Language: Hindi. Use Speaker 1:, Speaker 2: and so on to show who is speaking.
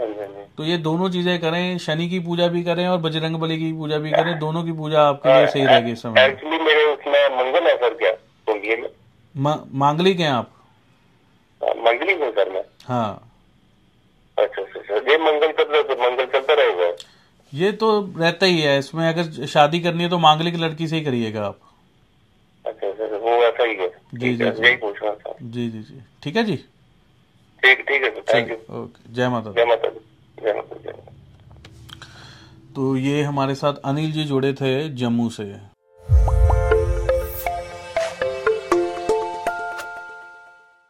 Speaker 1: हाँ जी
Speaker 2: तो ये दोनों चीजें करें शनि की पूजा भी करें और बजरंग बली की पूजा भी करें दोनों की पूजा आपके लिए सही रहेगी इस समय
Speaker 1: एक्चुअली मेरे उसमें मंगल है सर क्या कुंडली में
Speaker 2: मा- मांगलिक हैं आप
Speaker 1: हाँ, मंगली हूँ सर मैं
Speaker 2: हाँ
Speaker 1: अच्छा अच्छा सर ये मंगल चल रहा है तो मंगल चलता रहेगा
Speaker 2: ये तो रहता ही है इसमें अगर शादी करनी है तो मांगलिक लड़की से ही करिएगा आप
Speaker 1: अच्छा सर वो ऐसा ही है
Speaker 2: जी,
Speaker 1: ठीक है,
Speaker 2: जी।
Speaker 1: यही पूछना था
Speaker 2: जी जी जी ठीक है जी
Speaker 1: ठीक ठीक है सर थैंक यू
Speaker 2: ओके जय माता दी
Speaker 1: जय माता दी जय माता दी जय माता दी।
Speaker 2: तो ये हमारे साथ अनिल जी जुड़े थे जम्मू से